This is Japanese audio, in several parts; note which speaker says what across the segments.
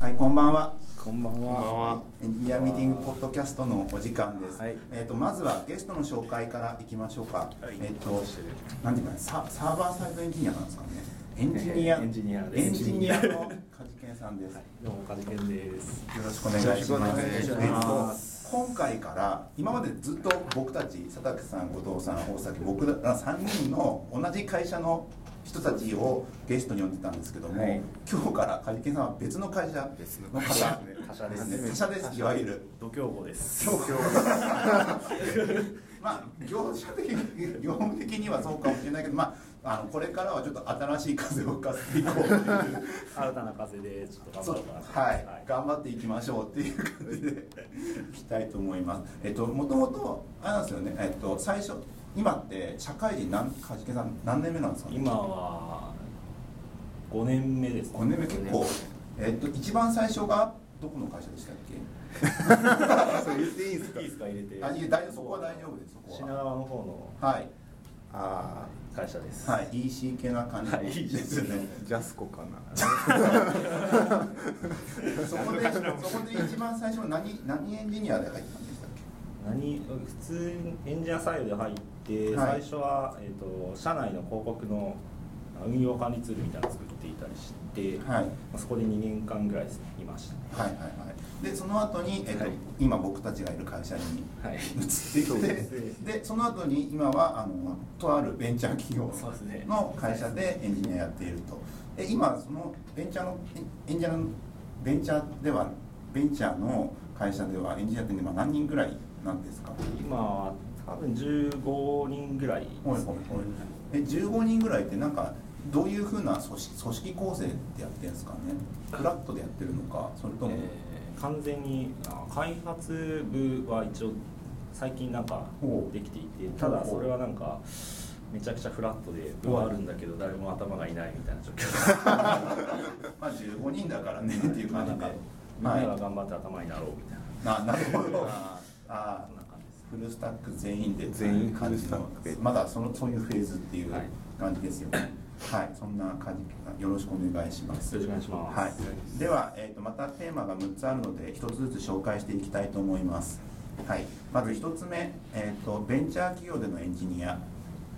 Speaker 1: はい、こんばんは。
Speaker 2: こんばん
Speaker 3: こんばん
Speaker 2: は。
Speaker 3: は。
Speaker 1: エンジニアミーティングポッドキャストのお時間です。
Speaker 2: はい
Speaker 1: えっ、と、まずはゲストの紹介からいきましょうか。
Speaker 3: はい
Speaker 1: えっ、と、なんていうかな、サ、サーバーサイドエンジニアなんですかね。エンジニア。
Speaker 2: エンジニアです
Speaker 1: エンジニアの梶健さんです。
Speaker 2: どうもカジケンです。
Speaker 1: よろしくお願いします。。
Speaker 3: よろしくお願いします
Speaker 1: 今回から今までずっと僕たち佐竹さん、後藤さん、大崎、僕ら3人の同じ会社の人たちをゲストに呼んでたんですけども、
Speaker 2: はい
Speaker 1: 今日から梶健さんは別の会社の方
Speaker 3: 別の
Speaker 1: 他社
Speaker 2: 他社です
Speaker 1: 他社ですいわゆる
Speaker 3: 度胸棒です。
Speaker 1: 今日まあ業者的に業務的にはそうかもしれないけど、まああのこれからはちょっと新しい風を吹かせていこうっていう。
Speaker 2: 新たな風でちょっと頑張
Speaker 1: そう
Speaker 2: ろうかなと思
Speaker 1: はい
Speaker 2: ますはい、
Speaker 1: 頑張っていきましょうっていう感じで いきたいと思います。えっともともとあれなんですよね。えっと最初今って社会人何梶木さん何年目なんですかね。
Speaker 2: 今は五年目です、ね。
Speaker 1: 五年目結 構。えっと一番最初がどこの会社でしたっけ？
Speaker 3: それ言っていいんです
Speaker 2: いいですか入れて。
Speaker 1: あいい大丈夫そこは大丈夫ですそこは
Speaker 2: 品川の方の
Speaker 1: はい
Speaker 3: あ
Speaker 2: 会社です。
Speaker 1: はい EC 系な感じ
Speaker 2: はい
Speaker 1: ですよね。
Speaker 3: あ、ジャスコかな。
Speaker 1: そこで そこで一番最初は何何エンジニアで入ったんでしたっ
Speaker 2: 何普通エンジニアサイドで入って、
Speaker 1: はい
Speaker 2: 最初はえっ、と社内の広告の運用管理ツールみたいなの作っていたりして、
Speaker 1: け？はい。
Speaker 2: まあそこで二年間ぐらいですねいましたね。
Speaker 1: はいはいはい、でその後に、えっと
Speaker 2: はい
Speaker 1: 今僕たちがいる会社に
Speaker 2: はい。
Speaker 1: 移って
Speaker 3: そう
Speaker 1: きて、
Speaker 3: です
Speaker 1: でその後に今はあのとあるベンチャー企業
Speaker 2: そうですね
Speaker 1: の会社でエンジニアやっているとで今そのベンチャーのエンジニアのベンチャーではベンチャーの会社ではエンジニアって今何人ぐらいなんですか
Speaker 2: 今は多分15人ぐらいですね
Speaker 1: おいおいおいえ15人ぐらいってなんかどういうふうな組織組織構成ってやってるんですかねフラットでやってるのかそれとも、
Speaker 2: えー完全にあ開発部は一応最近なんか
Speaker 1: ほう
Speaker 2: できていてただそれはなんかめちゃくちゃフラットで部はあるんだけど誰も頭がいないみたいな状況
Speaker 1: まあ15人だからねっていう感じ
Speaker 2: なん
Speaker 1: で
Speaker 2: か。みんなが頑張って頭になろうみたいな
Speaker 1: ななるほ どああ
Speaker 2: そんな感じです
Speaker 1: フルスタック全員で
Speaker 3: 全員
Speaker 1: 感じ
Speaker 3: フルスタッ
Speaker 1: の
Speaker 3: クで
Speaker 1: まだそのそういうフェーズっていう
Speaker 2: はい
Speaker 1: 感じですよねはい、そんな感じよろしくお願いします
Speaker 2: よろしくお願いします
Speaker 1: はい、では、えー、とまたテーマが6つあるので1つずつ紹介していきたいと思います、はい、まず1つ目、えー、とベンチャー企業でのエンジニア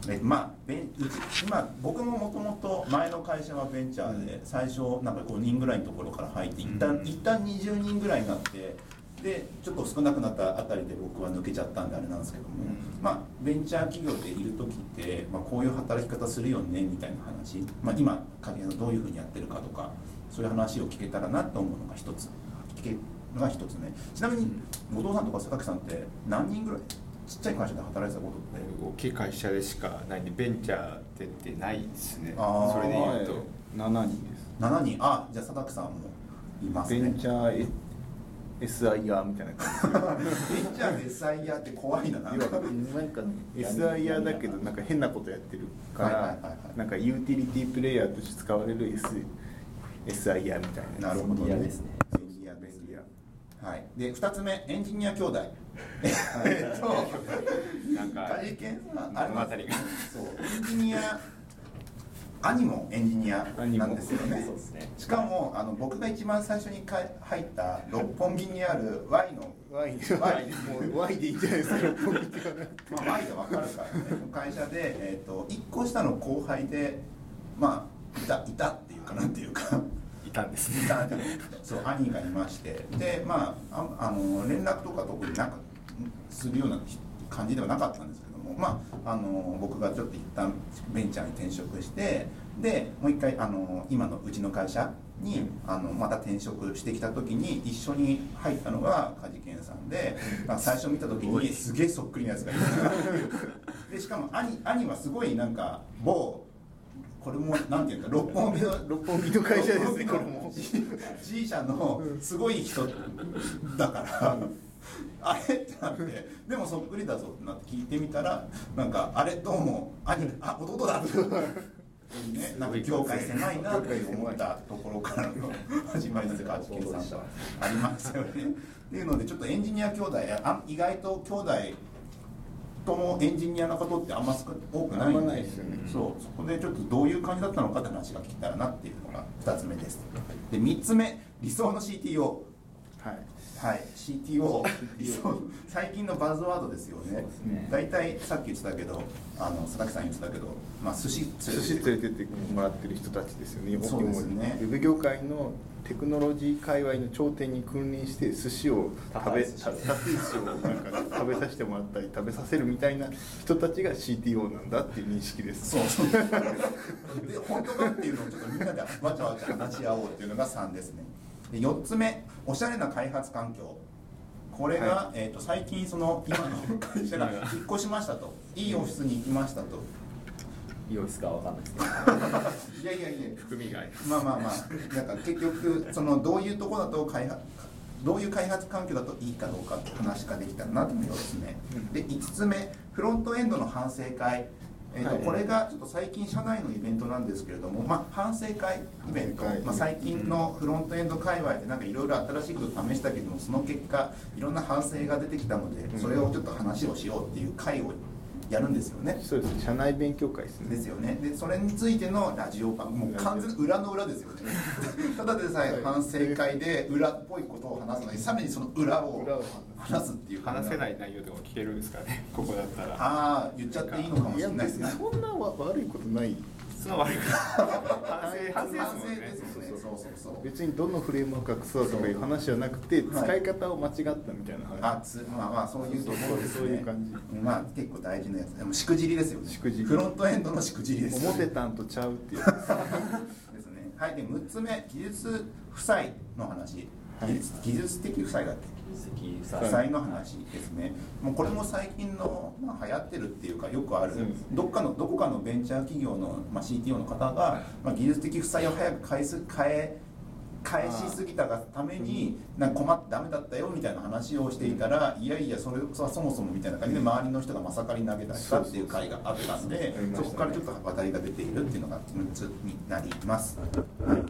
Speaker 1: えまあ、ベンうち今僕ももともと前の会社はベンチャーで最初なんか5人ぐらいのところから入って一旦,、
Speaker 3: うん
Speaker 1: 一旦20人ぐらいになってでちょっと少なくなったあたりで僕は抜けちゃったんであれなんですけども、
Speaker 3: うん
Speaker 1: まあ、ベンチャー企業でいる時って、まあ、こういう働き方するよねみたいな話、まあ、今影がどういうふうにやってるかとかそういう話を聞けたらなと思うのが一つ聞けるのが一つねちなみに後藤さんとか佐竹さんって何人ぐらいちっちゃい会社で働いてたことって
Speaker 4: 大きい会社でしかないんでベンチャーってってないですね
Speaker 1: あー
Speaker 4: それで言うと
Speaker 3: 七人です。
Speaker 1: 7人あじゃあ佐竹さんもいますね
Speaker 3: ベンチャー S I R みたいな感
Speaker 1: ベンチャーでサイヤーって怖いな なん
Speaker 3: じ。要
Speaker 1: か
Speaker 3: はなんか S I R だけどなんか変なことやってるか
Speaker 1: はいはいはいは
Speaker 3: ら
Speaker 1: い
Speaker 3: なんかユーティリティプレイヤーとして使われる S S I R みたい
Speaker 1: な
Speaker 3: なや
Speaker 1: る
Speaker 3: つ。
Speaker 1: ほどね
Speaker 2: エンジニアですね
Speaker 1: エンジニアですねはいで2つ目エンジニア兄弟 えっと
Speaker 4: なんか
Speaker 1: 梶健さん
Speaker 4: あの
Speaker 1: あ
Speaker 4: 辺
Speaker 1: り
Speaker 4: り
Speaker 1: ま
Speaker 4: が
Speaker 1: すそうエンジニア兄もエンジニアなんですよね
Speaker 2: そうですね
Speaker 1: しかもあの僕が一番最初にか入った六本木にある Y の
Speaker 3: Y で Y でもう Y でいいんじゃないですか。六本木とかね
Speaker 1: まあ、前でわかるからね、会社で、えー、と1個下の後輩で、まあ、いたいたっていうかなんていうか。
Speaker 4: いたんです
Speaker 1: い
Speaker 4: ね
Speaker 1: た そう兄がいましてでまあああの連絡とか特になんかするような感じではなかったんですけどもまああの僕がちょっと一旦ベンチャーに転職してでもう一回あの今のうちの会社にあのまた転職してきた時に一緒に入ったのが梶健さんで、まあ、最初見た時にすげえそっくりなやつがいる なっていうでしかも兄兄はすごいなんか某これもなんていうか六本木の
Speaker 3: 六本木の会社ですねこれも。
Speaker 1: G 社のすごい人だからあれってなってでもそっくりだぞってなって聞いてみたらなんかあれどうも兄あ弟だって、ね、なんか業界狭いなって思ったところからの始まりですか
Speaker 2: そうでした
Speaker 1: ありましたよねっていうのでちょっとエンジニア兄弟あ意外と兄弟ともエンジニアのことってあんま少多くないんで
Speaker 3: あんまないですよね
Speaker 1: そうそこでちょっとどういう感じだったのかって話が聞けたらなっていうのが2つ目ですで3つ目理想の CTO
Speaker 3: はい
Speaker 1: はい CTO 理想最近のバズワードですよ
Speaker 2: そう
Speaker 1: ね
Speaker 2: ですね
Speaker 1: 大体さっき言ってたけどあの佐々木さん言ってたけど、まあ、寿司
Speaker 3: 寿司連れてってもらってる人たちですよね、
Speaker 1: そうですね
Speaker 3: 主にウェブ業界のテクノロジー界隈の頂点に君臨して寿司を食
Speaker 2: 高い
Speaker 3: べ
Speaker 2: 寿司
Speaker 3: た高い寿司をなんか食べさせてもらったり食べさせるみたいな人たちが CTO なんだっていう認識です
Speaker 1: そうそうで本当かっていうのをちょっとみんなでわちゃわちゃ話し合おうっていうのが3ですねで4つ目おしゃれな開発環境これが、
Speaker 3: は
Speaker 1: えー、と最近その今の会社が引っ越しましたといいオフィスに行きました と
Speaker 2: いいオフィスかわかんないですけど
Speaker 1: いやいやいや
Speaker 4: 含みがあります
Speaker 1: まあまあまあなんか結局そのどういうとこだと開発どういう開発環境だといいかどうかって話ができたらなというですねで5つ目フロントエンドの反省会えーと
Speaker 3: はい
Speaker 1: これがちょっと最近社内のイベントなんですけれども、まあ、反省会イベント
Speaker 3: 反省会、
Speaker 1: まあ、最近のフロントエンド界隈でなんかいろいろ新しいことを試したけどもその結果いろんな反省が出てきたのでそれをちょっと話をしようっていう会をやるんですよね。
Speaker 3: そうですね社内勉強会ですね
Speaker 1: ですよねでそれについてのラジオ版もう完全に裏の裏ですよね ただでさえ反省会で裏っぽいことを話すのにさらにその裏
Speaker 3: 裏
Speaker 1: を
Speaker 3: を
Speaker 1: 話すっていう
Speaker 4: 話せないい内容とかも聞けるんですかねここだったら
Speaker 1: ああ言っちゃっていいのかもし
Speaker 3: いや
Speaker 1: れないで
Speaker 3: 別
Speaker 1: す
Speaker 3: に
Speaker 1: ね
Speaker 3: そんなわ悪いことない
Speaker 4: その悪いこと反省
Speaker 1: 反
Speaker 4: 反
Speaker 1: 省
Speaker 4: 省ですもんね
Speaker 1: ですよねそうそうそう
Speaker 3: 別にどのフレームワークがクソだとかいう話じゃなくて
Speaker 1: そうはい
Speaker 3: 使い方を間違ったみたいな
Speaker 1: あ
Speaker 3: 話
Speaker 1: つまあまあそういうところです
Speaker 3: そうい
Speaker 1: ね
Speaker 3: う感じ
Speaker 1: まあ結構大事なやつでもしくじりですよね
Speaker 3: しくじり
Speaker 1: フロントエンドのしくじりです
Speaker 3: 表たんとちゃうっていうや
Speaker 1: ですねはいで6つ目技術負債の話、
Speaker 3: はい
Speaker 1: 技術技術的負債だっけ
Speaker 2: 関さん
Speaker 1: 負債の話ですね、もうこれも最近の、まあ、流行ってるっていうかよくある
Speaker 3: そうです
Speaker 1: どっかのどこかのベンチャー企業の、まあ、CTO の方が、まあ、技術的負債を早く返す変え返しすぎたがためになんか困ってダメだったよみたいな話をしていたらいやいやそれそそもそもみたいな感じで周りの人がまさかり投げ出したっていう回があったんで
Speaker 3: そうそうそう
Speaker 1: そこからちょっと話題が出ているっていうのが6つになります。はい